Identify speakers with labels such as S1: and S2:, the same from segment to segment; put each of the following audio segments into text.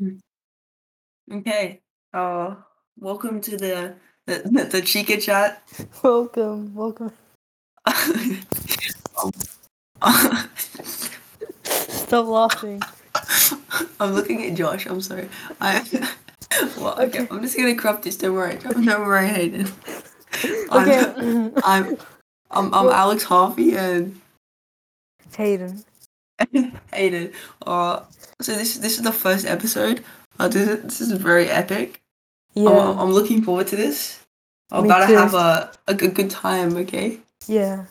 S1: Mm. Okay. Uh, welcome to the the, the Chica chat.
S2: Welcome, welcome. Um, Stop laughing.
S1: I'm looking at Josh. I'm sorry. I well, okay.
S2: Okay.
S1: I'm just gonna crop this. Don't worry. Don't don't worry, Hayden. I'm,
S2: Okay,
S1: I'm I'm I'm
S2: Well-
S1: Alex Harvey and
S2: Hayden.
S1: Hayden. Uh, so this this is the first episode. Uh, this is, this is very epic.
S2: Yeah,
S1: I'm, I'm- I'm looking forward to this. I'm
S2: Me
S1: about to
S2: too.
S1: have a, a good, good time, okay?
S2: yeah.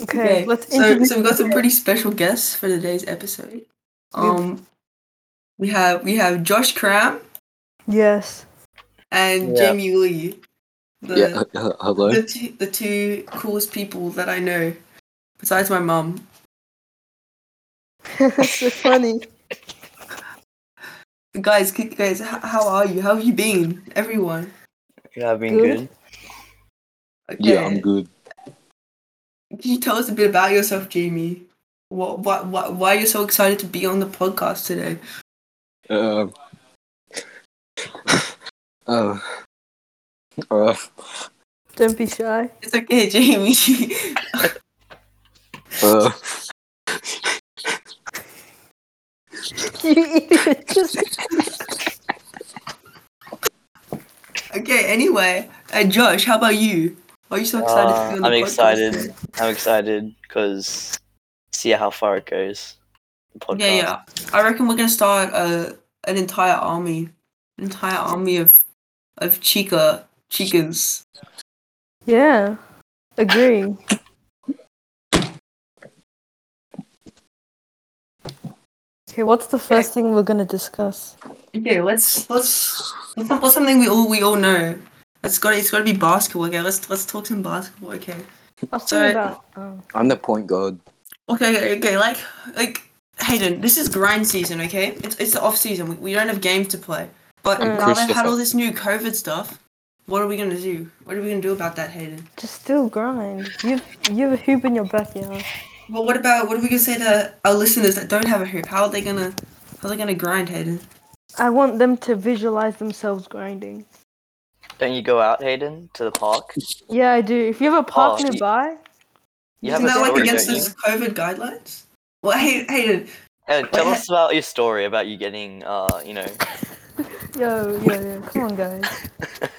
S2: Okay, let's
S1: so,
S2: introduce.
S1: so we've got some pretty special guests for today's episode. Um, we have we have Josh Cram
S2: Yes,
S1: and
S3: Yeah.
S1: Jamie Lee,
S3: Yeah,
S1: the,
S3: h- h- hello.
S1: the, two, the two coolest people that I know, besides my mum.
S2: so funny.
S1: Guys, c- guys, h- how are you? How have you been, everyone?
S4: Yeah, I've been
S2: Good.
S4: good.
S3: Yeah, I'm good.
S1: Can you tell us a bit about yourself, Jamie? What, what, what, why you're so excited to be on the podcast today?
S3: Um, uh, uh,
S2: Don't be shy.
S1: It's okay, Jamie.
S3: uh,
S2: You idiot! Just
S1: okay, anyway, uh, Josh, how about you? Are you so excited to be on the
S4: Uh, I'm
S1: podcast
S4: excited.
S1: today?
S4: I'm excited because see how far it goes. The podcast.
S1: Yeah, yeah. I reckon we're gonna start uh, an entire army, an entire army of of chica chicas.
S2: yeah. Agree. Okay, what's the first thing we're gonna discuss?
S1: Okay, let's let's let's talk about something we all we all know. It's got it's got to be basketball. Okay, let's let's talk some basketball. Okay.
S2: I'll think
S1: So-
S2: about. Oh.
S3: I'm the point guard.
S1: Okay, okay, okay, like, like, Hayden, this is grind season, okay? It's, it's the off season. We, we don't have games to play. But
S4: Mm.
S2: And
S1: now they've had
S3: Christopher.
S1: all this new COVID stuff. What are we gonna do? What are we gonna do about that, Hayden?
S2: Just still grind. You you have a hoop in your backyard.
S1: Well, what about what are we gonna say to our listeners that don't have a hoop? How are they gonna, how are they gonna grind, Hayden?
S2: I want them to visualize themselves grinding.
S4: Don't you go out, Hayden, to the park?
S2: Yeah, I do. If you have a park
S4: Oh, ye-
S2: nearby,
S4: You have
S1: Isn't that
S4: a story,
S1: like
S4: don't
S1: against
S4: you?
S1: those COVID guidelines? Well, Hay- Hayden,
S4: Hey, tell
S1: Wait,
S4: us about your story about you getting, uh, you know,
S2: yo, yo, yo, come on, guys.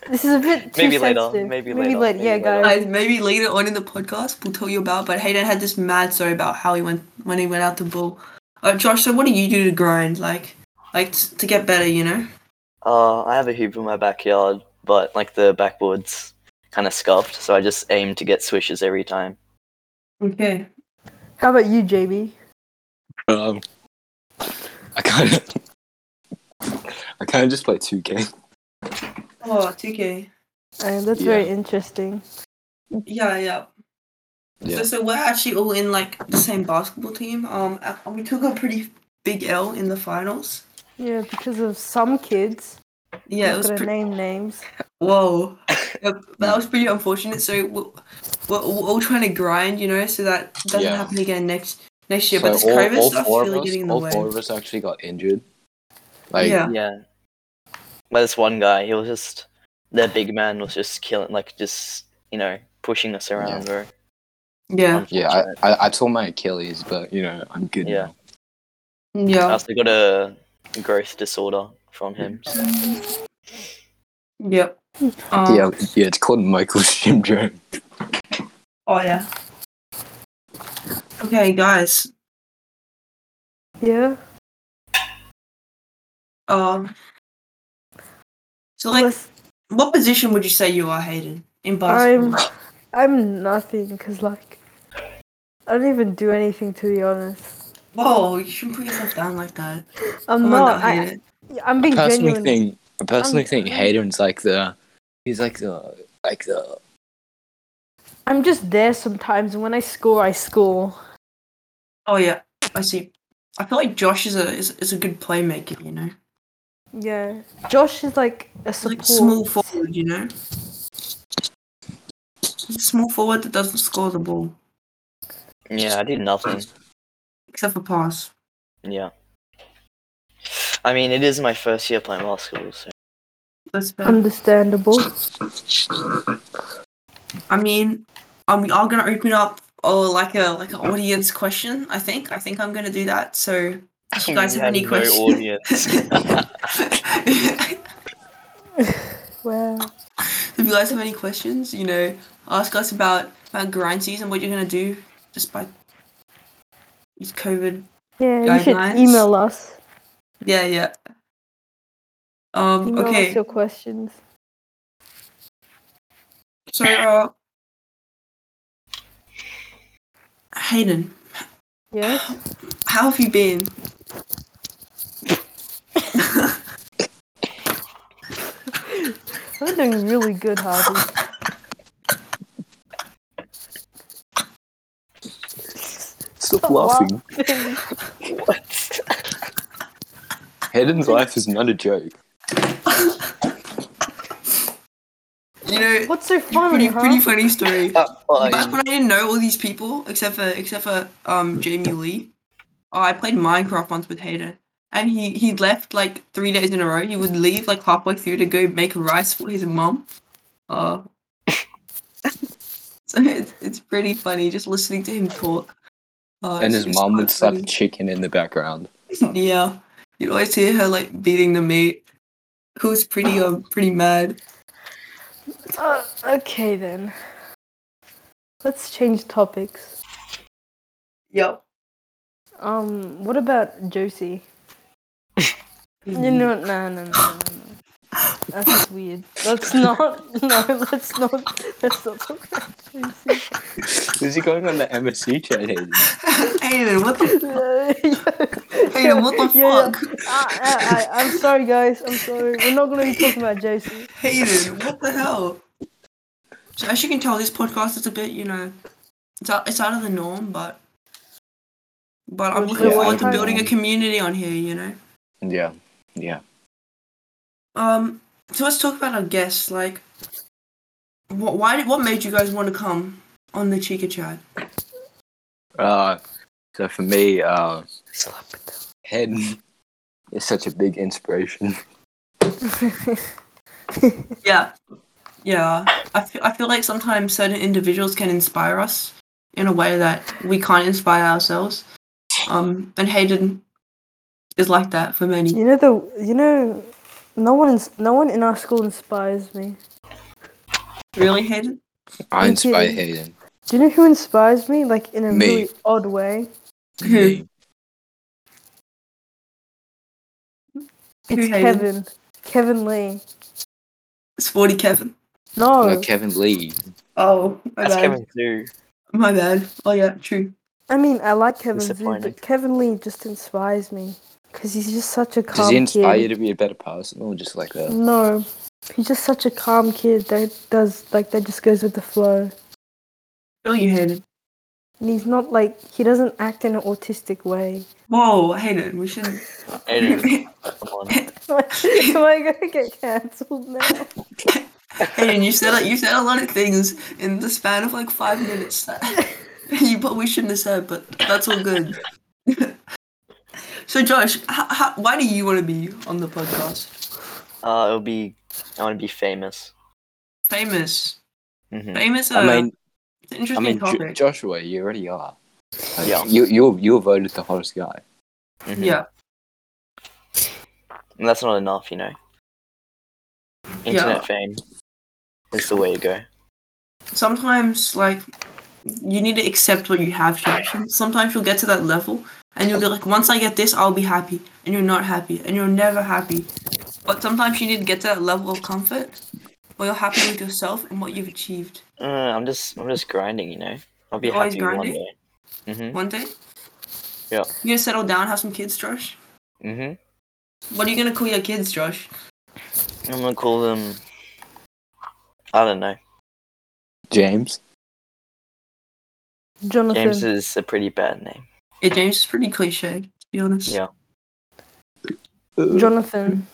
S2: This is a bit too
S4: Maybe later,
S2: sensitive.
S4: maybe
S2: maybe
S4: later,
S2: late-
S4: maybe
S2: yeah,
S4: later.
S2: guys.
S1: guys, maybe later on in the podcast we'll tell you about. But Hayden had this mad story about how he went when he went out to bull. Uh, Josh, so what do you do to grind, like, like t- to get better? You know,
S4: uh, I have a hoop in my backyard, but like the backboard's kind of scuffed, so I just aim to get swishes every time.
S1: okay.
S2: How about you, JB?
S3: Um, I kind of, I kind of just play 2K.
S1: Oh, 2K.
S2: Uh, that's
S3: Yeah.
S2: very interesting.
S1: Yeah, yeah.
S3: Yeah.
S1: So, so we're actually all in like the same basketball team. Um, uh, we took a pretty big L in the finals.
S2: Yeah, because of some kids.
S1: Yeah, it
S2: I'm
S1: was
S2: gonna
S1: pretty.
S2: name names.
S1: Whoa, Yep, that was pretty unfortunate. So we're, we're, we're all trying to grind, you know, so that doesn't
S3: Yeah.
S1: happen again next next year.
S3: So
S1: but this
S3: all,
S1: COVID
S3: all
S1: stuff's
S3: four of
S1: really
S3: us,
S1: getting in the
S3: all
S1: way.
S3: four of us actually got injured. Like,
S1: yeah,
S4: Yeah. But this one guy, he was just, their big man was just killing, like, just, you know, pushing us around, bro.
S1: yeah,
S3: yeah, I, I, I tore my Achilles, but you know, I'm good.
S4: Yeah.
S3: now.
S4: I
S3: um,
S1: yeah,
S4: also got a growth disorder from him. so-
S1: yep. Um,
S3: yeah, yeah. It's called Michael's syndrome.
S1: Oh yeah. Okay, guys.
S2: Yeah.
S1: Um. So like,
S2: Plus,
S1: what position would you say you are, Hayden, in
S2: I'm,
S1: basketball?
S2: I'm nothing, cause like, I don't even do anything to be honest.
S1: Whoa, you shouldn't put yourself down like that.
S2: I'm
S1: Come on
S2: not.
S1: now,
S2: I,
S1: Hayden.
S2: I'm being
S3: personally
S2: genuine.
S3: think I personally
S2: I'm-
S3: think Hayden's like the he's like the like the
S2: I'm just there sometimes, and when I score, I score.
S1: Oh yeah, I see. I feel like Josh is a is, is a good playmaker, you know,
S2: Yeah. Josh is like a support.
S1: like small forward, you know, small forward that doesn't score the ball
S4: Yeah, I did nothing.
S1: except for pass.
S4: Yeah. I mean, it is my first year playing basketball, so
S1: That's fair.
S2: Um, Understandable.
S1: I mean, I'm I'm gonna open up or like a like an audience question. I think I think I'm gonna do that. So if you guys
S4: We
S1: have any
S4: Mm, no
S1: questions,
S4: audience.
S1: if
S2: Well,
S1: you guys have any questions, you know, ask us about about grind season, what you're gonna do despite this COVID.
S2: yeah, you should
S1: Guidelines?
S2: email us.
S1: Yeah, yeah. Um.
S2: Email
S1: Okay.
S2: us your questions.
S1: So, uh, Hayden,
S2: Yes.
S1: how have you been?
S2: I'm doing really good, Harvey.
S3: Stop
S2: Wow.
S3: laughing.
S4: what?
S3: Hayden's life is not a joke.
S1: You know,
S2: What's so funny,
S1: pretty, pretty
S2: huh?
S1: funny story.
S4: Uh, well,
S1: Back when I didn't know all these people except for except for um Jamie Lee, uh, I played Minecraft once with Hayden, and he he left like three days in a row. He would leave like halfway through to go make rice for his mom. Uh, so it's, it's pretty funny just listening to him talk. Uh, it's-
S3: And his
S1: it's
S3: mom would
S1: quite
S3: slap
S1: funny.
S3: chicken in the background.
S1: Yeah, you'd always hear her like beating the meat. Who was pretty um pretty mad.
S2: Uh, okay then. Let's change topics.
S1: Yep.
S2: Um, what about Josie? You know, what? no, no, no, no, no. That's weird. Let's not. No, let's not. Let's not talk about Josie.
S3: Is he going on the MSC chat, Hayden?
S1: Aiden, what the
S2: Uh,
S1: Aiden, what the
S2: yeah.
S1: fuck?
S2: I, I, I, I'm sorry, guys. I'm sorry. We're not gonna be talking about Josie.
S1: Hayden, what the hell? So as you can tell, this podcast is a bit, you know, it's out, it's out of the norm, but but I'm
S2: Well,
S1: looking
S3: yeah,
S1: forward to
S3: I-
S1: building a community on here, you know.
S3: Yeah, yeah.
S1: Um, so let's talk about our guests. Like, what why did, what made you guys want to come on the Chica Chat?
S3: Uh, so for me, uh,
S2: Slap
S3: Hayden is such a big inspiration.
S1: Yeah, yeah. I feel, I feel like sometimes certain individuals can inspire us in a way that we can't inspire ourselves. Um, and Hayden is like that for many.
S2: You know the. You know, no one. ins- No one in our school inspires me.
S1: Really, Hayden?
S3: I
S2: Me
S3: inspire
S2: too.
S3: Hayden.
S2: Do you know who inspires me? Like in a
S3: Me.
S2: really odd way.
S1: Who?
S2: It's
S1: Hayden?
S2: Kevin. Kevin Lee.
S1: Sporty Kevin.
S2: No.
S3: No, Kevin Lee.
S1: Oh, my
S4: that's
S1: bad.
S4: Kevin too.
S1: My bad. Oh yeah, true.
S2: I mean, I like Kevin Zoo,
S4: Disappointing.
S2: but Kevin Lee just inspires me because he's just such a calm
S3: Does he inspire you
S2: kid.
S3: to be a better person or just like that?
S2: No, he's just such a calm kid that does like that just goes with the flow,
S1: Oh, you Hayden.
S2: and he's not like he doesn't act in an autistic way.
S1: Whoa, Hayden. We should.
S4: Aiden,
S1: Hayden,
S4: come on.
S2: Am I gonna get cancelled now?
S1: you said you said a lot of things in the span of like five minutes that you probably shouldn't have said, but that's all good. so, Josh, h- h- why do you want to be on the podcast?
S4: Uh, it'll be. I want to be famous.
S1: Famous,
S4: hmm
S1: famous. Uh,
S3: I mean,
S1: it's an
S3: I
S1: interesting
S3: mean, Jo-
S1: topic.
S3: Joshua, you already are. Like,
S4: Yeah.
S3: You you you're voted the hottest guy.
S1: yeah,
S4: mm-hmm. And that's not enough, you know. Internet fame is the way to go.
S1: sometimes like you need to accept what you have Josh. And sometimes you'll get to that level and you'll be like once i get this i'll be happy and you're not happy and you're never happy but sometimes you need to get to that level of comfort where you're happy with yourself and what you've achieved
S4: Uh, I'm just, I'm just grinding, you know. I'll be
S1: You're always
S4: happy one
S1: grinding?
S4: day. Mhm.
S1: one day
S4: Yeah.
S1: you're gonna settle down have some kids josh
S4: Mhm.
S1: what are you gonna call your kids josh
S4: I'm gonna call them. I don't know.
S3: James.
S2: Jonathan.
S4: James is a pretty bad name.
S1: yeah james is pretty cliche to be honest
S4: Yeah.
S2: Jonathan.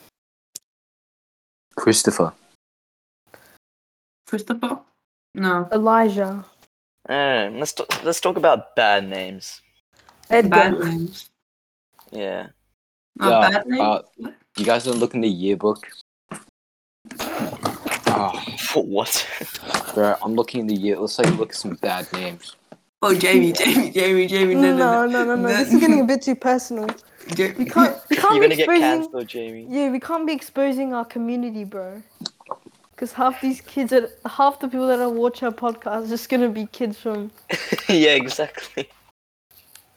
S3: Christopher.
S1: christopher no
S2: Elijah.
S4: Uh, let's talk, let's talk about bad names.
S2: Edgar.
S1: bad names
S4: Yeah.
S1: Not
S3: Yeah,
S1: bad name.
S3: uh, You guys don't look in the yearbook. Oh,
S4: For what?
S3: bro, I'm looking in the year. Looks like you look at some bad names.
S1: oh, Jamie, Jamie, Jamie, Jamie. No, no,
S2: No, no, no, no. This is getting a bit too personal.
S1: no. Ja-
S2: We can't. We can't
S4: You're
S2: be
S4: gonna get
S2: exposing.
S4: cancelled, Jamie.
S2: Yeah, we can't be exposing our community, bro. Because half these kids, are, half the people that are watch our podcast, are just gonna be kids from.
S4: yeah, exactly.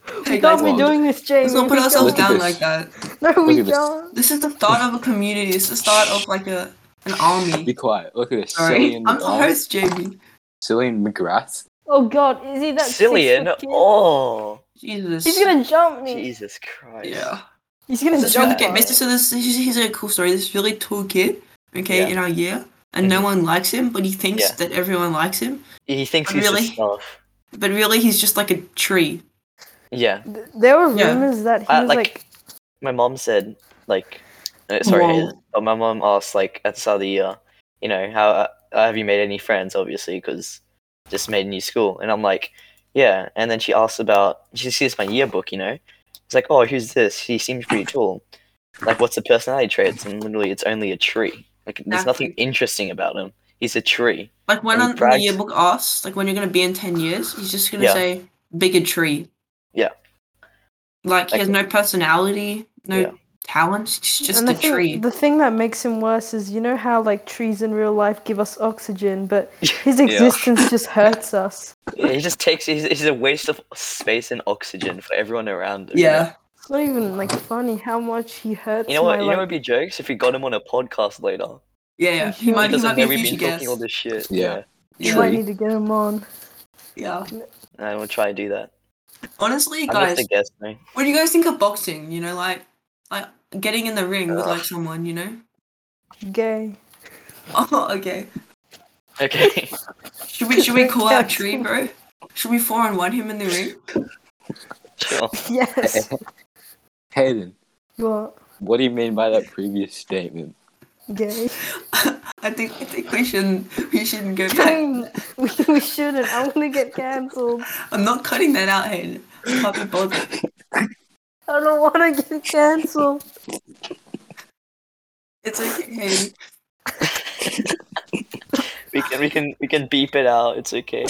S1: Hey,
S2: We can't
S1: guys,
S2: be
S3: well,
S2: doing this,
S1: Let's
S2: James.
S1: not put
S2: We
S1: ourselves
S3: Look at
S1: down
S3: this.
S1: like that.
S2: can't. No, we
S3: Look at this.
S2: don't.
S1: This is the start of a community. This is the start of like a an
S3: Be
S1: army.
S3: quiet. Look at this.
S1: Sorry,
S3: Cillian,
S1: I'm the
S3: oh,
S1: host, Jamie.
S3: Cillian McGrath.
S2: Oh God, is he that? six
S4: Cillian.
S2: foot kid?
S4: Oh,
S1: Jesus.
S2: He's gonna jump me.
S4: Jesus Christ.
S1: Yeah.
S2: He's gonna
S1: This really
S2: jump.
S1: kid.
S2: us.
S1: Basically, so this here's here's a cool story. This really tall kid, okay,
S4: Yeah.
S1: in our year, and no one likes him, but he thinks
S4: Yeah.
S1: that everyone likes him.
S4: He thinks
S1: Oh,
S4: he's
S1: really?
S4: the stuff.
S1: But really, he's just like a tree.
S4: Yeah.
S2: Th- There were
S1: Yeah.
S2: rumors that he
S4: Uh,
S2: was
S4: like-
S2: like,
S4: My mom said, like, uh, sorry,
S1: Whoa.
S4: his- but my mom asked, like, at the start of the year, you know, how uh, have you made any friends? Obviously, because just made a new school, and I'm like, yeah. And then she asked about, she sees my yearbook, you know, it's like, oh, who's this? He seems pretty tall. Like, what's the personality traits? And literally, it's only a tree. Like, there's nothing interesting about him. He's a tree.
S1: Like when
S4: And
S1: on
S4: he
S1: the
S4: brags-
S1: yearbook asks, like when you're gonna be in ten years, he's just gonna
S4: Yeah.
S1: say bigger tree.
S4: Yeah.
S1: Like he
S4: Like-
S1: has no personality, no
S4: Yeah.
S1: talents. He's just
S2: and
S1: a
S2: I think
S1: tree.
S2: The thing that makes him worse is you know how like trees in real life give us oxygen, but his
S4: Yeah.
S2: existence just hurts us.
S4: Yeah, he just takes. He's, he's a waste of space and oxygen for everyone around him. you know?
S1: Yeah.
S2: It's not even like funny how much he hurts.
S4: You know what?
S2: my,
S4: You know what
S2: like-
S4: would be jokes if we got him on a podcast later.
S1: Yeah, yeah. He
S2: He
S1: might,
S4: He
S1: he
S4: doesn't
S1: might be
S4: know
S1: a
S4: we've
S1: future
S4: been
S1: guest.
S4: talking all this shit.
S3: Yeah.
S2: you might
S3: Tree.
S2: need to get him on.
S1: Yeah.
S4: yeah. I will try and do that.
S1: Honestly,
S4: I'm
S1: guys,
S4: just a guest, man.
S1: what do you guys think of boxing? You know, like like getting in the ring with like someone, you know?
S2: Gay.
S1: Oh, okay.
S4: Okay.
S1: Should we should we call out
S2: Yes.
S1: Tree, bro? Should we four on one him in the ring?
S4: sure.
S2: Yes.
S3: Hayden,
S2: you are
S3: what do you mean by that previous statement?
S2: gay.
S1: I think I think we shouldn't we shouldn't go back.
S2: Fine. we, we shouldn't. I'm gonna get cancelled.
S1: I'm not cutting that out, Hayden. I can't be bothered.
S2: I don't want to get cancelled.
S1: It's okay, Hayden.
S4: We can we can we can beep it out. It's okay.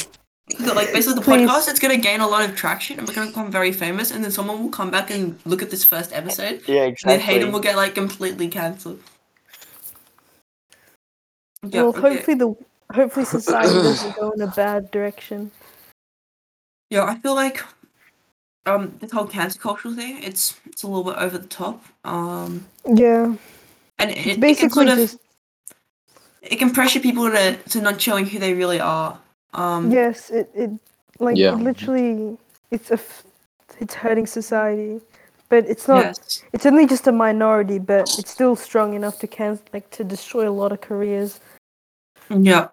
S1: So, like basically the
S2: Please.
S1: podcast it's gonna gain a lot of traction and we're gonna become very famous and then someone will come back and look at this first episode
S4: Yeah,
S1: and then
S4: exactly.
S1: Hayden will get like completely cancelled. Yeah,
S2: well,
S1: okay.
S2: hopefully the hopefully society doesn't go in a bad direction.
S1: Yeah, I feel like um this whole cancer cultural thing, it's it's a little bit over the top. Um
S2: Yeah.
S1: and it, it can
S2: Basically,
S1: sort of
S2: just
S1: it can pressure people to, to not showing who they really are. Um
S2: Yes, it, it like
S3: Yeah.
S2: it literally it's a f- it's hurting society, but it's not.
S1: yes.
S2: It's only just a minority, but it's still strong enough to can like to destroy a lot of careers.
S1: Yeah.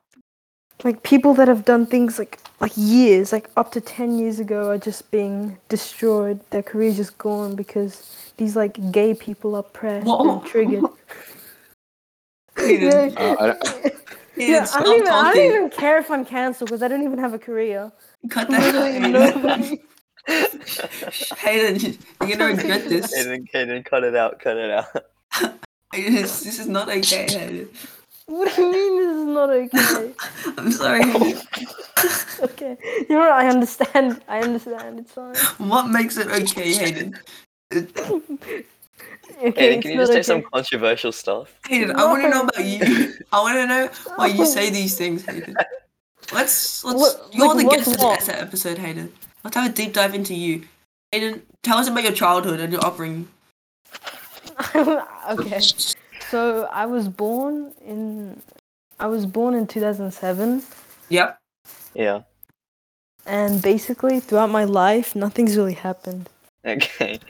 S2: Like people that have done things like like years, like up to ten years ago, are just being destroyed. Their careers just gone because these like gay people are pressed
S1: Whoa.
S2: and triggered.
S1: Hayden,
S3: Uh, I don't-
S1: Hayden,
S2: Yeah, I,
S1: stop
S2: don't even, I
S1: talking.
S2: don't even care if I'm cancelled because I don't even have a career.
S1: Cut that out,
S2: Literally
S1: Hayden.
S2: nobody.
S1: Hayden, you're gonna regret this.
S4: Hayden, Hayden, cut it out. Cut it out.
S1: Hayden, this this is not okay, Hayden.
S2: What do you mean this is not okay?
S1: I'm sorry. Hayden.
S2: Okay. You're right, I understand. I understand. It's fine.
S1: What makes it okay, Hayden?
S2: Okay,
S4: Hayden,
S2: it's
S4: can you
S2: not
S4: just say
S2: okay.
S4: some controversial stuff?
S1: Hayden, I want to know
S2: No.
S1: about you. I want to know why you
S2: No.
S1: say these things, Hayden. Let's let's
S2: What-
S1: you're
S2: like,
S1: the
S2: what-
S1: guest of
S2: what?
S1: this episode, Hayden. Let's have a deep dive into you. Hayden, tell us about your childhood and your upbringing.
S2: okay. So I was born in I was born in 2007
S1: Yep.
S4: Yeah.
S2: and basically throughout my life nothing's really happened.
S4: Okay.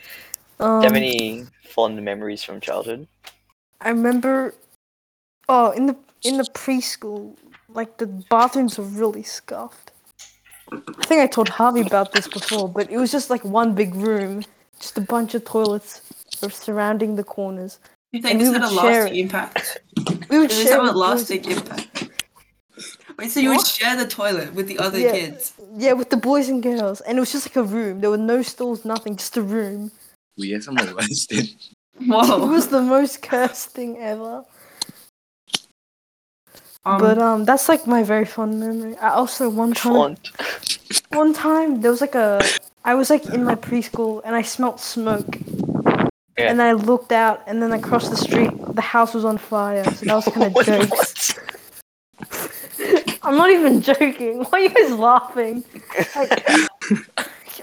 S4: Do
S2: Um,
S4: you have any fond memories from childhood?
S2: I remember oh in the in the preschool like the bathrooms were really scuffed. I think I told Harvey about this before, but it was just like one big room, just a bunch of toilets were surrounding the corners.
S1: You think
S2: And
S1: this
S2: we
S1: had a
S2: would share
S1: lasting impact?
S2: We would
S1: Did this
S2: share
S1: have a
S2: with- we would-
S1: lasting impact? Wait, so you would
S2: What?
S1: share the toilet with the other
S2: Yeah.
S1: kids?
S2: Yeah, with the boys and girls, and it was just like a room. There were no stalls, nothing, just a room.
S3: we have some molested.
S2: It
S1: Whoa.
S2: was the most cursed thing ever.
S1: Um,
S2: but um, that's like my very fond memory. I also one time,
S4: Font.
S2: one time there was like a, I was like in my preschool and I smelt smoke,
S4: Yeah.
S2: and I looked out and then across the street the house was on fire. So that was kind of
S4: What-
S2: jokes.
S4: what?
S2: I'm not even joking. Why are you guys laughing? Like,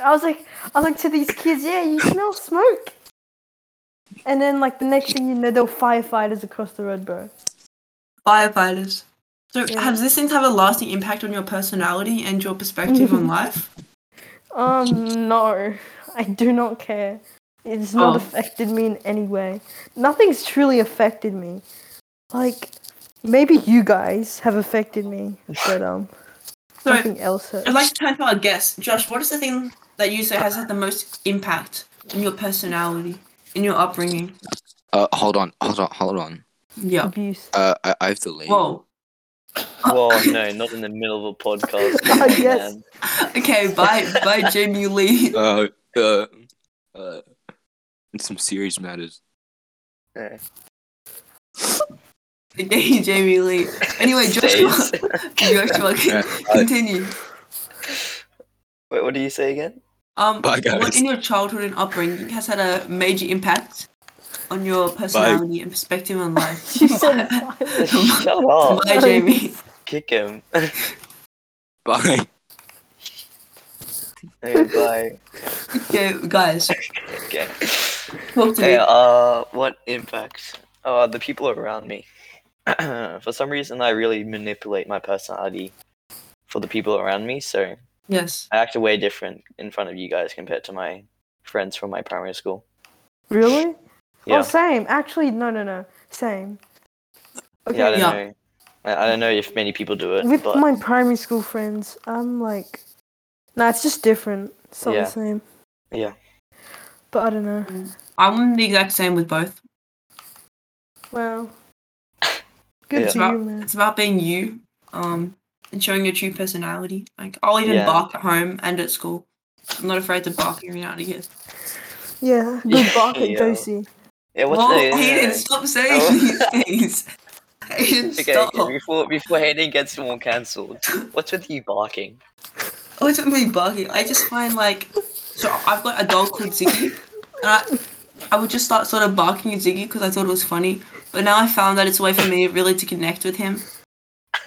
S2: I was like, I was like to these kids, yeah, you smell smoke. And then like the next thing you know, there were firefighters across the road, bro.
S1: firefighters. So,
S2: Yeah.
S1: have these things have a lasting impact on your personality and your perspective on life?
S2: Um, no, I do not care. It's not
S1: Oh.
S2: affected me in any way. Nothing's truly affected me. Like, maybe you guys have affected me, but um,
S1: So,
S2: nothing else. Has.
S1: I'd like to turn to our guest. Josh, what is the thing that you say has had the most impact on your personality, in your upbringing?
S3: Uh, hold on, hold on, hold on.
S1: Yeah.
S2: Abuse.
S3: Uh, I, I have to leave.
S1: Whoa.
S4: Well, no, not in the middle of a podcast.
S2: I guess.
S4: man.
S1: Okay, bye, bye, Jamie Lee.
S3: Uh, uh, uh, it's some serious matters.
S4: Yeah.
S1: Okay, Jamie Lee. Anyway, Joshua,
S4: Stays.
S1: Joshua, con- continue.
S4: Wait, what do you say again?
S1: Um,
S3: Bye, guys.
S1: what in your childhood and upbringing has had a major impact on your personality and perspective on life?
S2: You said
S4: Shut
S1: bye,
S4: up.
S1: Bye, Jamie.
S4: Kick him.
S3: Bye.
S4: okay, bye.
S1: Okay, guys,
S4: Okay.
S1: talk to
S4: Hey,
S1: me.
S4: uh, what impact? Uh, the people around me. for some reason, I really manipulate my personality for the people around me, so
S1: Yes.
S4: I act way different in front of you guys compared to my friends from my primary school.
S2: Really?
S4: Yeah,
S2: Oh, same. Actually, no, no, no. Same. Okay.
S4: yeah, I don't
S1: Yeah.
S4: know. I I don't know if many people do it,
S2: With
S4: but
S2: my primary school friends, I'm like, nah, it's just different. It's not
S4: Yeah.
S2: the same.
S4: Yeah.
S2: But I don't know.
S1: I'm the exact same with both.
S2: Wow. Good to
S4: Yeah.
S1: It's about,
S2: you, man.
S1: it's about being you, um, and showing your true personality. Like I'll even
S4: Yeah.
S1: bark at home and at school. I'm not afraid to bark every now and again.
S2: Yeah. Good
S4: Yeah.
S2: bark at
S4: Yeah.
S2: Josie.
S4: yeah, what's
S1: Whoa,
S4: the- yeah,
S1: Hayden,
S4: yeah.
S1: Oh, stop saying
S4: Oh.
S1: these things. Hayden,
S4: Okay,
S1: stop.
S4: okay, before before Hayden gets more cancelled, what's with you barking?
S1: Oh, it's me barking. I just find like, so I've got a dog called Ziggy, and I, I would just start sort of barking at Ziggy because I thought it was funny. But now I found that it's a way for me really to connect with him,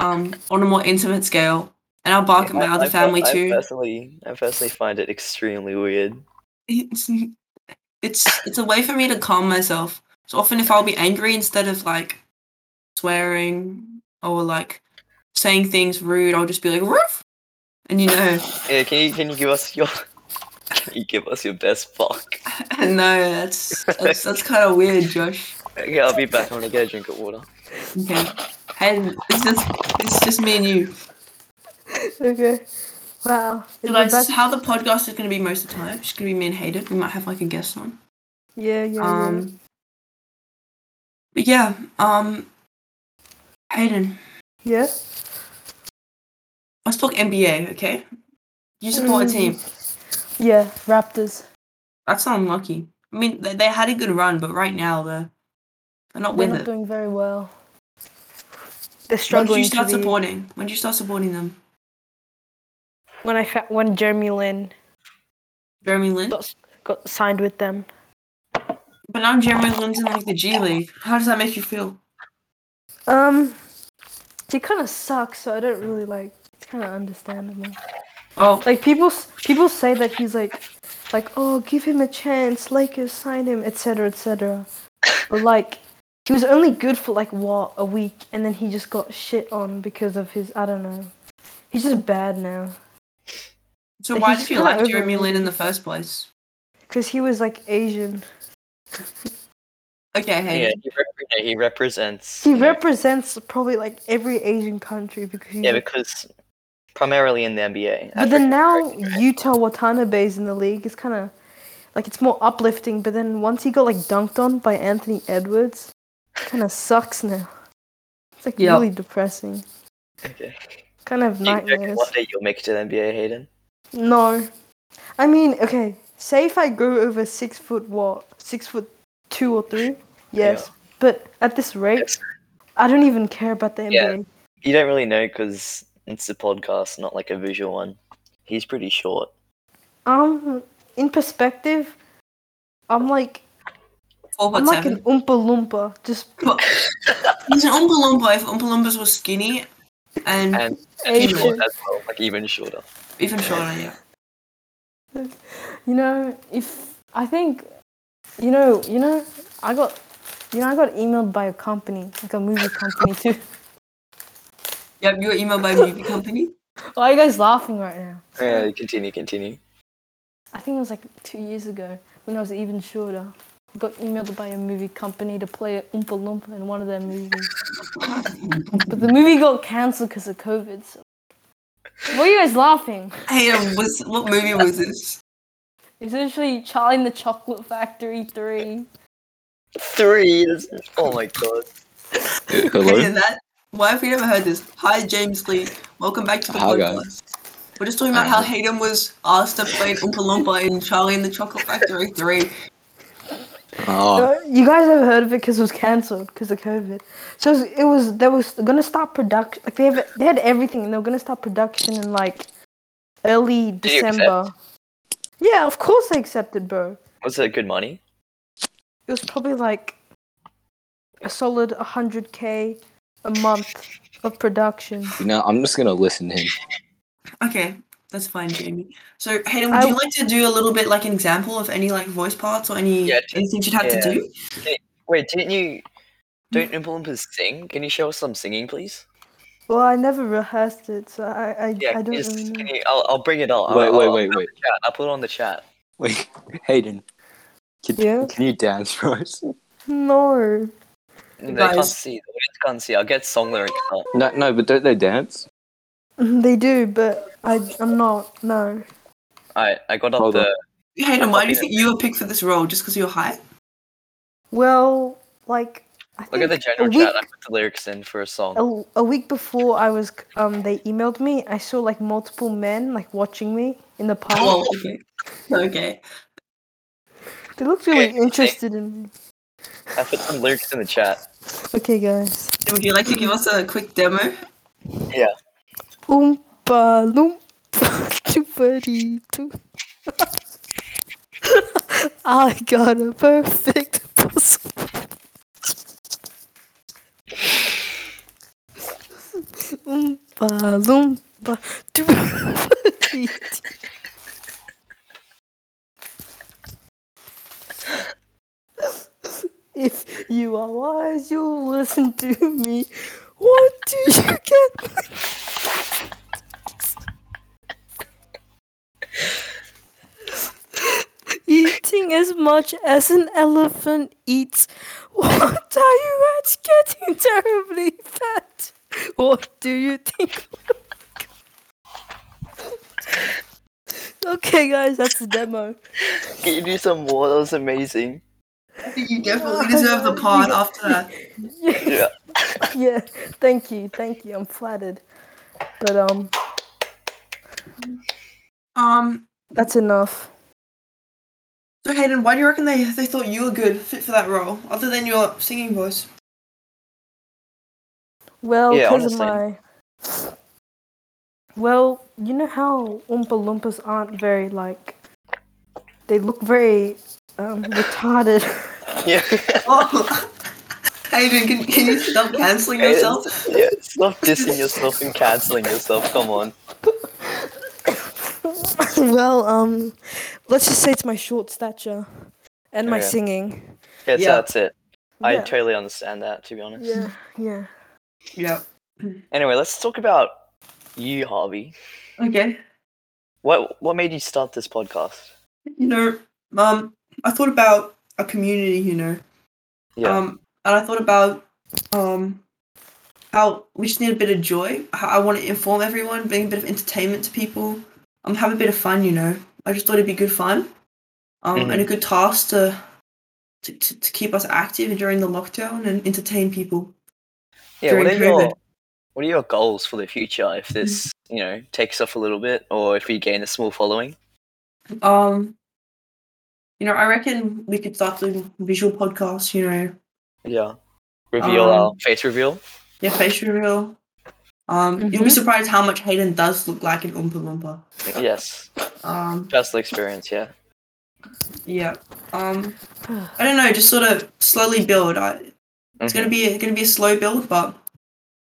S1: um, on a more intimate scale. And I'll bark at my
S4: I-
S1: other
S4: I per-
S1: family
S4: I
S1: too.
S4: personally, I personally find it extremely weird.
S1: it's it's it's a way for me to calm myself. So often, if I'll be angry instead of like swearing or like saying things rude, I'll just be like roof, and you know,
S4: Yeah, can you can you give us your can you give us your best bark?
S1: and no, that's that's, that's kind of weird, Josh.
S4: Okay, I'll be back. I'm gonna get a drink of water.
S1: Okay, and it's just it's just me and you.
S2: Okay. Wow.
S1: So guys,
S2: Is the
S1: this is
S2: back-
S1: how the podcast is going to be most of the time. It's going to be me and Hayden. We might have like a guest on.
S2: Yeah, yeah, yeah.
S1: Um, but yeah, um, Hayden.
S2: yeah.
S1: Let's talk NBA, okay? You support
S2: Mm.
S1: a team.
S2: Yeah, Raptors.
S1: That's not unlucky. I mean, they, they had a good run, but right now they're they're not
S2: They're
S1: with
S2: not
S1: it.
S2: doing very well.
S1: When did
S2: They're struggling.
S1: you start
S2: to be-
S1: supporting? When did you start supporting them?
S2: When I fa- when Jeremy Lin
S1: Jeremy Lin.
S2: got s- got signed with them,
S1: But now Jeremy Lin's in like the G League. How does that make you feel?
S2: Um, it kind of sucks. So I don't really like. It's kind of understandable.
S1: Oh,
S2: Like people, s- people say that he's like, like oh, give him a chance. Lakers sign him, etc., etc. But like, he was only good for like what a week, and then he just got shit on because of his. I don't know. He's just bad now
S1: so
S2: But
S1: why
S2: he's
S1: did you
S2: kinda
S1: like Jeremy
S2: overrated.
S1: Lin in the first place?
S2: because he was like Asian.
S1: Okay,
S4: Yeah,
S1: hey.
S4: he, rep- yeah, he represents.
S2: He
S4: you know,
S2: represents probably like every Asian country because. He's,
S4: Yeah, because primarily in the NBA.
S2: But then now
S4: African-American, right?
S2: Utah Watanabe's in the league. It's kind of like it's more uplifting. But then once he got like dunked on by Anthony Edwards, kind of sucks now. It's like
S1: Yeah.
S2: really depressing.
S4: Okay.
S2: Kind of
S4: Do you reckon
S2: nightmares.
S4: one day you'll make it to the NBA, Hayden.
S2: No, I mean okay. Say if I grew over six foot what six foot two or three. Yes, but at this rate, I don't even care about the NBA.
S4: Yeah. You don't really know because it's a podcast, not like a visual one. He's pretty short.
S2: Um, in perspective, I'm like
S1: Four foot
S2: I'm like
S1: seven.
S2: an oompa loompa. Just
S1: But he's an Oompa Loompa if Oompa Loompas were skinny
S2: Mm.
S1: and,
S4: And
S2: Asian.
S4: short as well, like even shorter.
S1: even shorter, yeah.
S2: You know, if I think, you know, you know, I got, you know, I got emailed by a company, like a movie company too.
S1: Yep, you were emailed by a movie company.
S2: Why are you guys laughing right now?
S4: Yeah, continue, continue.
S2: I think it was like two years ago when I was even shorter. I got emailed by a movie company to play Oompa Loompa in one of their movies. but the movie got cancelled because of COVID. So. Why are you guys laughing?
S1: Hey, um, was, what movie was this?
S2: It's literally Charlie and the Chocolate Factory 3.
S4: Three. Is, oh my god.
S1: Hey,
S3: Hello?
S1: that, why have we never heard this? Hi, James Lee. Welcome back to the
S3: Hi, guys.
S1: podcast. We're just talking about how Hayden was asked to play Oompa Loompa in Charlie and the Chocolate Factory 3.
S3: Oh,
S2: No, you guys never heard of it because it was cancelled because of COVID. So it was, it was they was gonna stop production. Like they have, they had everything. and They were gonna stop production in like early
S4: you accept?
S2: December. Yeah, of course I accepted, bro.
S4: Was it good money?
S2: It was probably like a solid 100k a month of production.
S3: you know, I'm just gonna listen to him.
S1: Okay, that's fine, Jamie. So, Hayden, would
S2: I-
S1: you like to do a little bit like an example of any like voice parts or any
S4: Yeah, t-
S1: anything you'd have
S4: yeah.
S1: to do?
S4: Wait, didn't you? Don't Oompa Loompas sing? Can you show us some singing, please?
S2: Well, I never rehearsed it, so I I,
S4: Yeah,
S2: I
S4: can
S2: don't
S4: you just,
S2: really know.
S4: can you, I'll, I'll bring it up.
S3: Wait,
S4: I'll,
S3: wait,
S4: I'll-
S3: wait,
S4: I'll
S3: wait.
S4: Chat. I'll put it on the chat.
S3: Oh, Wait, Hayden. Can,
S2: Yeah?
S3: can you dance for us?
S2: No.
S4: They can't
S1: Guys.
S4: see. The audience can't see. I'll get song lyrics out.
S3: No, no, but don't they dance?
S2: They do, but I I'm not. No.
S4: Alright, I got up
S3: Hold on.
S4: the.
S1: Hayden, why do you
S4: Okay.
S1: think you were picked for this role just because you're high?
S2: Well, like I
S4: Look at the
S2: think
S4: general
S2: a week,
S4: chat. I put the lyrics in for a song.
S2: a, a week before I was um they emailed me. I saw like multiple men like watching me in the park.
S1: Oh, okay. Okay.
S2: They looked really
S4: Okay,
S2: interested in me.
S4: I put some lyrics in the chat.
S2: Okay, guys.
S1: Would you like to give us a quick demo?
S4: Yeah.
S2: Um Oompa loompa chuparito. I got a perfect puzzle. Oompa loompa chuparito. If you are wise, you'll listen to me. What do you get? Eating as much as an elephant eats. What are you at? Getting terribly fat. What do you think? okay, guys, that's the demo.
S4: Can you do some more? That was amazing.
S1: You definitely deserve the part after that.
S4: Yeah.
S2: yeah, thank you, thank you. I'm flattered. But um
S1: Um,
S2: that's enough.
S1: so Hayden, why do you reckon they they thought you were good fit for that role, other than your singing voice?
S2: Well,
S4: Yeah,
S2: because of
S4: honestly.
S2: my Well, you know how Oompa Loompas aren't very like they look very um retarded.
S4: Yeah.
S1: Oh, Hayden, can, can you stop canceling
S4: Hayden.
S1: yourself?
S4: yeah. Stop dissing yourself and cancelling yourself. Come on.
S2: well, um let's just say it's my short stature and my
S4: Yeah.
S2: singing.
S4: Yeah, so
S1: Yeah.
S4: that's it. I
S2: yeah.
S4: totally understand that, to be honest.
S2: yeah, yeah.
S1: Yeah.
S4: Anyway, let's talk about you, Harvey.
S1: Okay.
S4: What What made you start this podcast?
S1: You know, um, I thought about a community. You know,
S4: Yeah.
S1: um, and I thought about um how we just need a bit of joy. How I want to inform everyone, bring a bit of entertainment to people. Um, have a bit of fun. You know, I just thought it'd be good fun. Um, and a good task to, to to to keep us active during the lockdown and entertain people.
S4: yeah. What are
S1: during
S4: your
S1: COVID.
S4: What are your goals for the future? If this, you know, takes off a little bit, or if we gain a small following?
S1: Um, You know, I reckon we could start doing visual podcasts. You know,
S4: Yeah. Reveal
S1: Um,
S4: our face reveal.
S1: yeah, face reveal. Um, you'll
S4: Mm-hmm.
S1: be
S2: Mhm.
S1: surprised how much Hayden does look like an Oompa Loompa.
S4: Yes.
S1: Um,
S4: Personal experience, yeah.
S1: yeah. Um, I don't know. Just sort of slowly build. I, It's
S4: Mhm.
S1: gonna be it's gonna be a slow build, but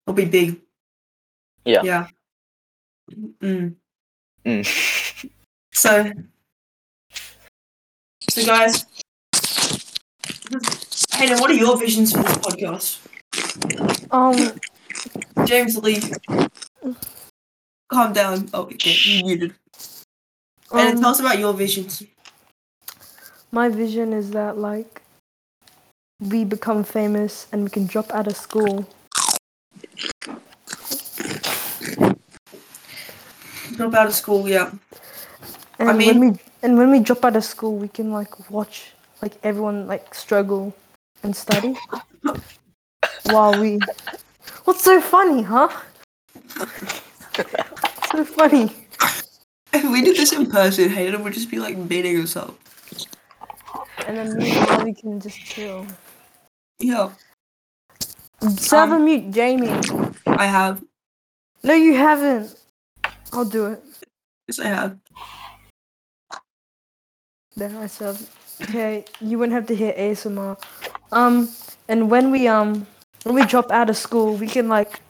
S1: it'll be big.
S4: Yeah.
S1: Yeah. Mm.
S4: Mm.
S1: So, so guys, Hayden, what are your visions for this podcast?
S2: Um,
S1: James Lee, calm down. Oh, okay, you muted. and
S2: um,
S1: tell us about your visions.
S2: my vision is that like we become famous and we can drop out of school.
S1: Drop out of school, yeah.
S2: And when
S1: mean-
S2: we and when we drop out of school, we can like watch like everyone like struggle and study while we. What's so funny, huh? so funny.
S1: If we did this in person, Hayden would just be like beating himself.
S2: And then meanwhile, we can just chill.
S1: Yeah,
S2: Serve a mute, Jamie.
S1: I have.
S2: No, you haven't. I'll do it.
S1: Yes, I have.
S2: Then I said, okay, you wouldn't have to hear ASMR. Um, and when we um when we drop out of school, we can like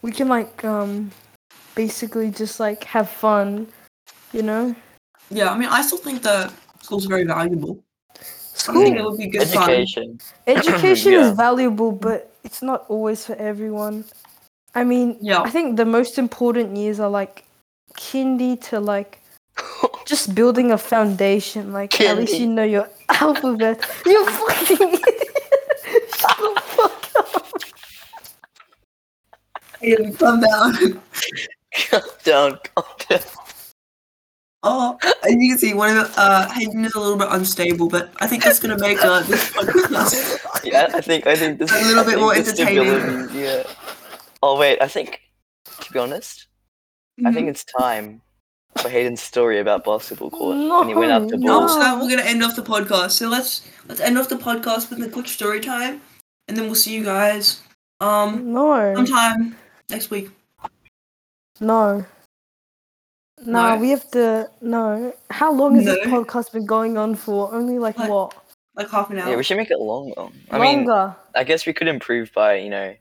S2: we can like um basically just like have fun, you know.
S1: Yeah, I mean, I still think that school's very valuable. I
S2: School
S1: think it would be good fun.
S4: Education.
S2: education
S4: Yeah.
S2: is valuable, but it's not always for everyone. I mean,
S1: Yeah.
S2: I think the most important years are like kindy to like just building a foundation. Like at least you know your alphabet. You fucking idiot. shut the fuck up.
S1: Hayden, calm down.
S4: Calm down, calm down.
S1: Oh, as you can see, one of the, uh, Hayden is a little bit unstable, but I think that's gonna make uh, this podcast.
S4: Yeah, I think I think this
S1: A
S4: is
S1: little
S4: I
S1: bit
S4: think
S1: more
S4: this
S1: entertaining.
S4: stability- Yeah. Oh wait, I think to be honest, I
S1: Mm-hmm.
S4: think it's time for Hayden's story about basketball court when he went up to
S1: No,
S4: balls.
S1: so now we're gonna end off the podcast. So let's let's end off the podcast with a quick story time, and then we'll see you guys um
S2: No.
S1: sometime next week.
S2: No. No,
S1: No.
S2: we have to. No. How long has this
S1: No.
S2: podcast been going on for? Only like
S1: Like,
S2: what?
S1: Like half an hour.
S4: Yeah, we should make it longer. I mean,
S2: Longer.
S4: I guess we could improve by you know,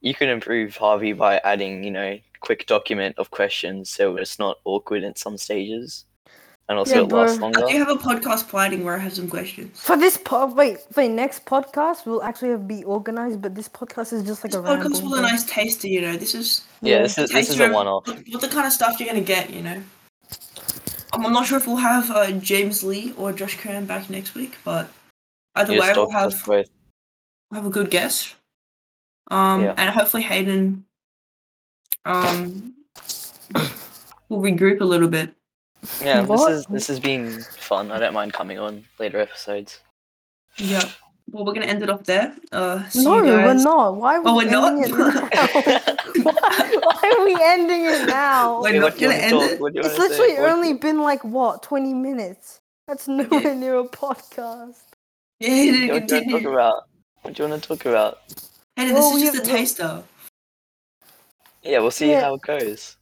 S4: you could improve Harvey by adding you know quick document of questions so it's not awkward at some stages, and also
S2: Yeah,
S4: it lasts
S2: bro.
S1: I do
S4: longer.
S1: have a podcast planning where I have some questions.
S2: For this pod, wait, wait. Next podcast will actually have be organized, but this podcast is just like
S1: This
S2: a random.
S1: podcast was a nice taster, you know. This is
S4: Yeah, this is this
S1: taster
S4: is a
S1: of
S4: one-off.
S1: What, what the kind of stuff you're gonna get, you know. I'm, I'm not sure if we'll have uh, James Lee or Josh Curran back next week, but either
S4: You
S1: way,
S4: just
S1: we'll
S4: talk us
S1: have
S4: both.
S1: we'll have a good guest. Um,
S4: Yeah.
S1: and hopefully Hayden, um, will regroup a little bit.
S4: Yeah,
S2: What?
S4: this is this has been fun. I don't mind coming on later episodes.
S1: Yeah. Well, we're gonna end it off there. Uh, see
S2: No,
S1: you guys.
S2: we're not. Why are we
S1: Oh, we're not?
S2: ending it now? why, why are we ending it now?
S1: We're
S4: Hey,
S1: not
S4: what do you
S1: gonna
S4: wanna
S1: end
S4: talk-
S1: it.
S4: what do you
S2: it's
S4: wanna say?
S2: literally
S4: What-
S2: only been like what twenty minutes. That's nowhere near a podcast.
S1: Yeah, Hayden,
S4: What do you want to talk
S1: continue.
S4: about? What do you want to talk about?
S1: Hayden,
S2: Well,
S1: this
S2: we
S1: is just a
S2: have-
S1: taster.
S4: Yeah, we'll see
S2: Yeah.
S4: how it goes.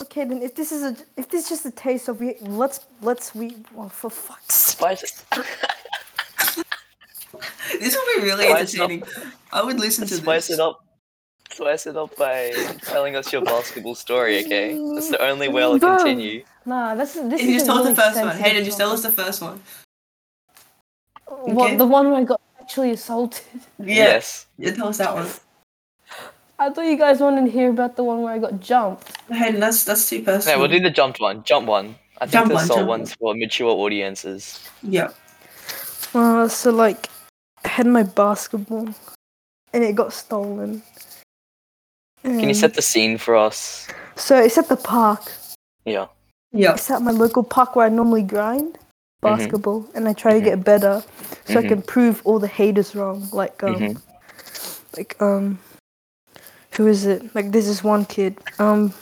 S2: Okay, then if this is a if this is just a taste of we let's let's we well, for fuck's sake.
S4: Spice it.
S1: This will be really
S4: Spice it up.
S1: entertaining. I would listen to
S4: Spice
S1: this.
S4: it up. Spice it up by telling us your basketball story, okay? That's the only way I'll
S2: Bro.
S4: continue.
S2: Nah, this is this
S1: You
S2: is
S1: just
S2: a
S1: told the
S2: really
S1: first one.
S2: sensitive
S1: Hayden, just tell us
S2: topic.
S1: the first one.
S2: What
S1: okay.
S2: the one where I got actually assaulted.
S1: Yeah,
S4: Yes.
S1: yeah tell us that one.
S2: I thought you guys wanted to hear about the one where I got jumped.
S1: Hayden, that's that's too personal.
S4: No, we'll do the jumped one. Jump one. I think
S1: Jump
S4: the
S1: one,
S4: salt
S1: jump
S4: one's for mature audiences.
S1: Yeah.
S2: Uh, so like, I had my basketball, and it got stolen.
S4: Can you
S2: And-
S1: Mm.
S4: set the scene for us?
S2: So it's at the park.
S4: Yeah.
S1: Yeah.
S2: It's at my local park where I normally grind
S1: Mm-hmm.
S2: basketball, and I try to get better so I
S4: Mhm.
S2: can prove all the haters wrong. Like, um,
S1: Mm-hmm.
S4: Mhm.
S2: like um, who is it? Like, this is one kid. Um,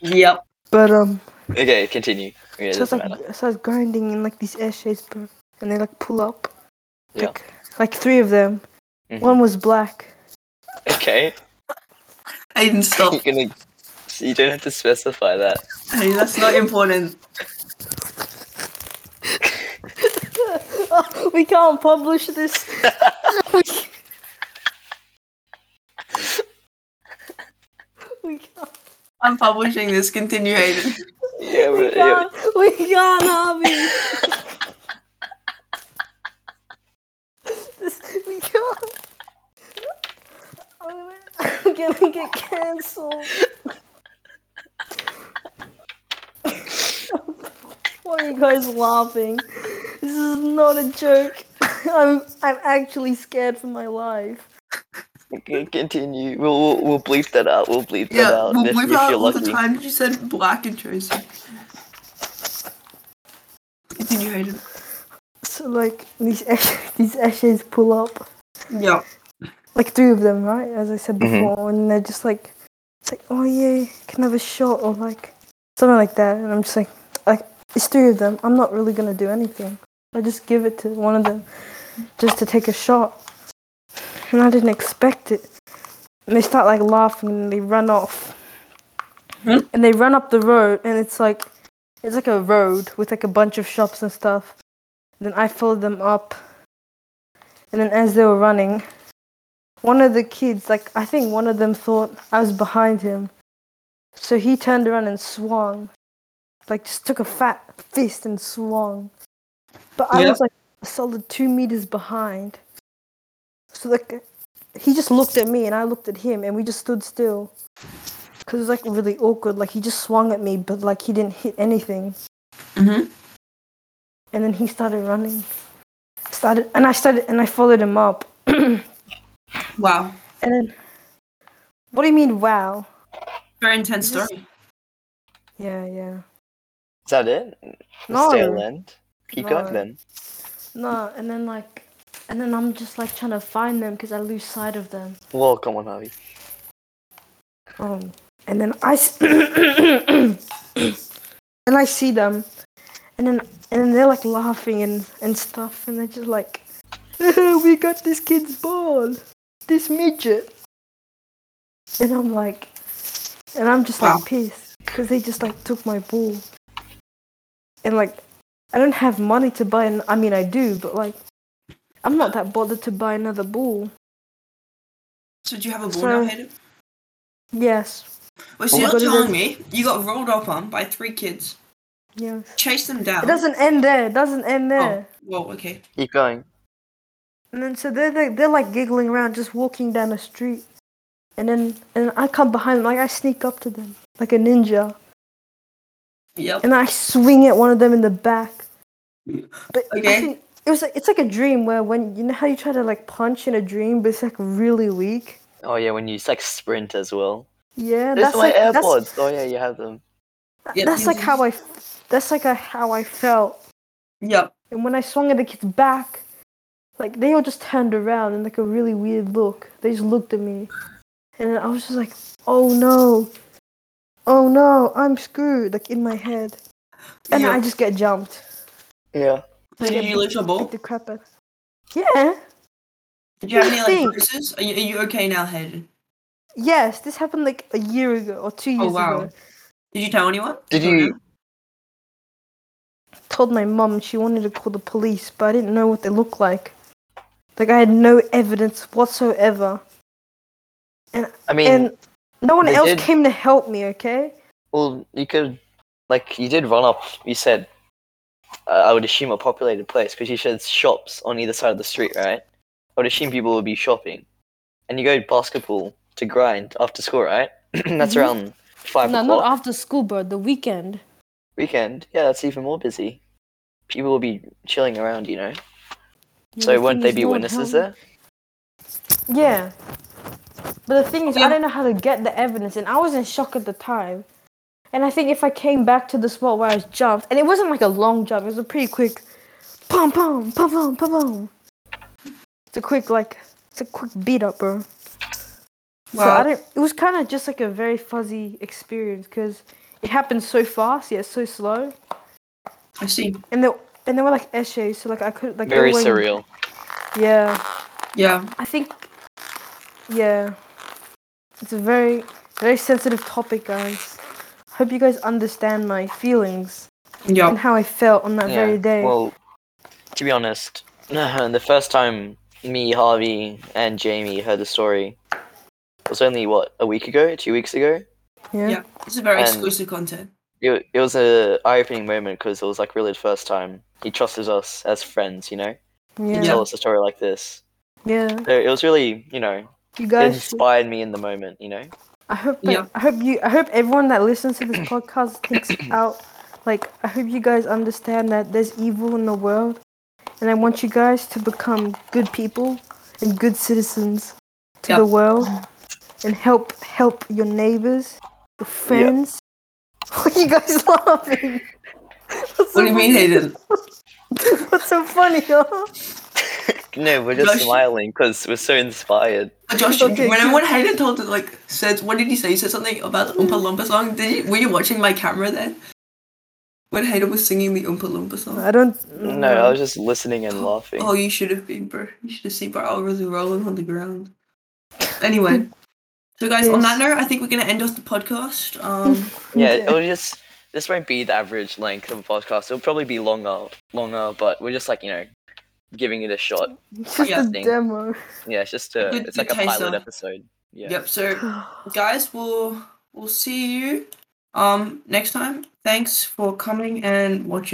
S1: Yep.
S2: but um,
S4: Okay, continue. Okay, it
S2: so it's
S4: doesn't
S2: like
S4: matter.
S2: so it's grinding in like these S shapes, bro, and they like pull up.
S4: Yeah.
S2: Like, like three of them.
S4: Mhm.
S2: One was black.
S4: Okay,
S1: I didn't stop.
S4: you're gonna. so You don't have to specify that.
S1: Hey, that's not important.
S2: we can't publish this. we can't.
S1: I'm publishing this. Continue, Hayden.
S4: Yeah,
S2: We
S4: but, yeah,
S2: can't. We can't, Harvey. This- we can't. I'm gonna- I'm gonna get cancelled. Why are you guys laughing? This is not a joke. I'm I'm actually scared for my life.
S4: okay, continue. We'll, we'll we'll bleep that out. We'll bleep that
S1: Yeah,
S4: out
S1: we'll
S4: if,
S1: bleep
S4: if
S1: out
S4: you're
S1: all the
S4: lucky.
S1: times you said black and chosen. Continue, Hayden.
S2: So like these ash- these ashes pull up.
S1: Yeah.
S2: like three of them, right? As I said
S4: Mhm.
S2: before, and they're just like, it's like, oh yeah, can I have a shot or like something like that. And I'm just like, like it's three of them. I'm not really gonna do anything. I just give it to one of them, just to take a shot. And I didn't expect it. And they start like laughing and they run off.
S1: Hmm?
S2: And they run up the road and it's like, it's like a road with like a bunch of shops and stuff. Then I followed them up. And then as they were running, one of the kids, like I think one of them thought I was behind him, so he turned around and swung, like just took a fat fist and swung. But I
S1: Yeah.
S2: was like a solid two meters behind, so like he just looked at me and I looked at him and we just stood still, cause it was like really awkward. Like he just swung at me, but like he didn't hit anything
S1: Mm-hmm.
S2: and then he started running started and i started and i followed him up and
S1: Wow.
S2: then what do you mean wow
S1: Very intense
S2: This is-
S1: story.
S2: yeah yeah
S4: Is that it?
S2: No.
S4: Stale end. Keep
S2: No.
S4: going then.
S2: no and then like and then i'm just like trying to find them because i lose sight of them
S4: Well, come on, Harvey.
S2: um and then i s- and i see them and then and then they're like laughing and and stuff and they're just like we got this kid's ball this midget and i'm like and i'm just
S1: Wow.
S2: like pissed because they just like took my ball and like i don't have money to buy an- i mean i do but like i'm not that bothered to buy another ball
S1: So do you have a ball
S2: So-
S1: now, Hayden?
S2: yes
S1: Wait, so
S2: Oh my
S1: you're
S2: God, it
S1: telling me you got rolled up on by three kids,
S2: yes
S1: chased them down.
S2: it doesn't end there it doesn't end there
S1: Oh, well, okay.
S4: Keep going.
S2: And then so they're, they're they're like giggling around, just walking down the street, and then and I come behind them, like I sneak up to them like a ninja,
S1: Yep.
S2: and I swing at one of them in the back. But I
S1: Okay.
S2: think it was like it's like a dream where when you know how you try to like punch in a dream, but it's like really weak.
S4: Oh yeah, when you it's like sprint as well.
S2: Yeah,
S4: There's
S2: that's
S4: my
S2: like
S4: AirPods. Oh yeah, you have them.
S1: Yeah,
S2: that's that's like
S1: these-
S2: how I that's like a, how I felt.
S1: Yep.
S2: And when I swung at the kid's back, like they all just turned around in like a really weird look. They just looked at me. And I was just like, oh no. Oh no, I'm screwed, like in my head. And
S1: yep.
S2: I just get jumped.
S4: Yeah.
S1: So did you lose your
S2: Get
S4: Oh.
S1: ball?
S2: the crap out. Yeah.
S1: Did you have any like
S2: think.
S1: bruises? Are you, are you okay now, Hayden?
S2: Yes, this happened like a year ago or two
S1: Oh
S2: years
S1: wow.
S2: ago.
S1: Did you tell anyone?
S4: Did
S1: Or
S4: you-
S2: Told my mum she wanted to call the police, but I didn't know what they looked like. Like I had no evidence whatsoever.
S4: I mean,
S2: And no one
S4: they
S2: else
S4: did-
S2: came to help me, okay?
S4: well, you could, like, you did run up. You said, uh, I would assume a populated place because you said shops on either side of the street, right? I would assume people would be shopping, and you go basketball to grind after school, right? that's
S2: Mhm.
S4: around five
S2: No,
S4: o'clock
S2: not after school, bro. The weekend.
S4: weekend. Yeah, that's even more busy. People will be chilling around, you know.
S2: Yeah, the
S4: so won't
S2: thing
S4: they
S2: is,
S4: be
S2: no one
S4: witnesses
S2: helped
S4: there?
S2: me. Yeah. But the thing is,
S1: Yeah.
S2: I don't know how to get the evidence, and I was in shock at the time. And I think if I came back to the spot where I was jumped, and it wasn't like a long jump, it was a pretty quick, pom pom pom pom pom pom. It's a quick like, it's a quick beat up, bro. So I
S1: Wow.
S2: don't. It was kind of just like a very fuzzy experience because it happened so fast, yet so slow,
S1: I see.
S2: and they and they were like essays, so like I could like they
S4: Very
S2: were wearing-
S4: surreal.
S2: Yeah,
S1: Yeah.
S2: I think, yeah, it's a very very sensitive topic, guys. Hope you guys understand my feelings and
S1: Yeah.
S2: how I felt on that
S4: Yeah,
S2: very day.
S4: Well, to be honest, the first time me, Harvey, and Jamie heard the story was only what a week ago, two weeks ago.
S2: yeah.
S1: Yeah. This is very
S4: And-
S1: exclusive content.
S4: It, it was a eye-opening moment because it was like really the first time he trusted us as friends. You know,
S2: yeah,
S4: he
S2: yeah,
S4: tell us a story like this. So it was really, you know,
S2: You
S4: it
S2: guys, should-
S4: inspired me in the moment. You know,
S2: I hope
S1: Yeah.
S2: I hope you I hope everyone that listens to this podcast thinks out like I hope you guys understand that there's evil in the world and I want you guys to become good people and good citizens to
S1: Yep.
S2: the world and help help your neighbors, your friends. What are you guys laughing? What's
S1: What do you mean, Hayden?
S2: What's so funny, huh?
S4: no, we're just
S1: Josh-
S4: smiling because we're so inspired.
S1: Josh,
S2: Okay.
S1: remember when Hayden told like said what did he say? He said something about the Oompa Loompa song. Did you were you watching my camera then? When Hayden was singing the Oompa Loompa song.
S2: I don't
S4: No, I was just listening and laughing.
S1: Oh, you should have been, bro. You should have seen, bro. I was rolling on the ground. Anyway, so guys, on that note, I think we're gonna end off the podcast. Um,
S4: Yeah,
S2: Yeah.
S4: it'll just this won't be the average length of a podcast. It'll probably be longer, longer, but we're just like you know, giving it a shot.
S2: It's just
S1: Yeah,
S2: a
S4: thing.
S2: demo.
S4: Yeah, it's just a,
S1: Good-
S4: it's like a
S1: good
S4: pilot
S1: taster.
S4: episode. Yeah.
S1: Yep. So guys, we'll we'll see you um next time. Thanks for coming and watching.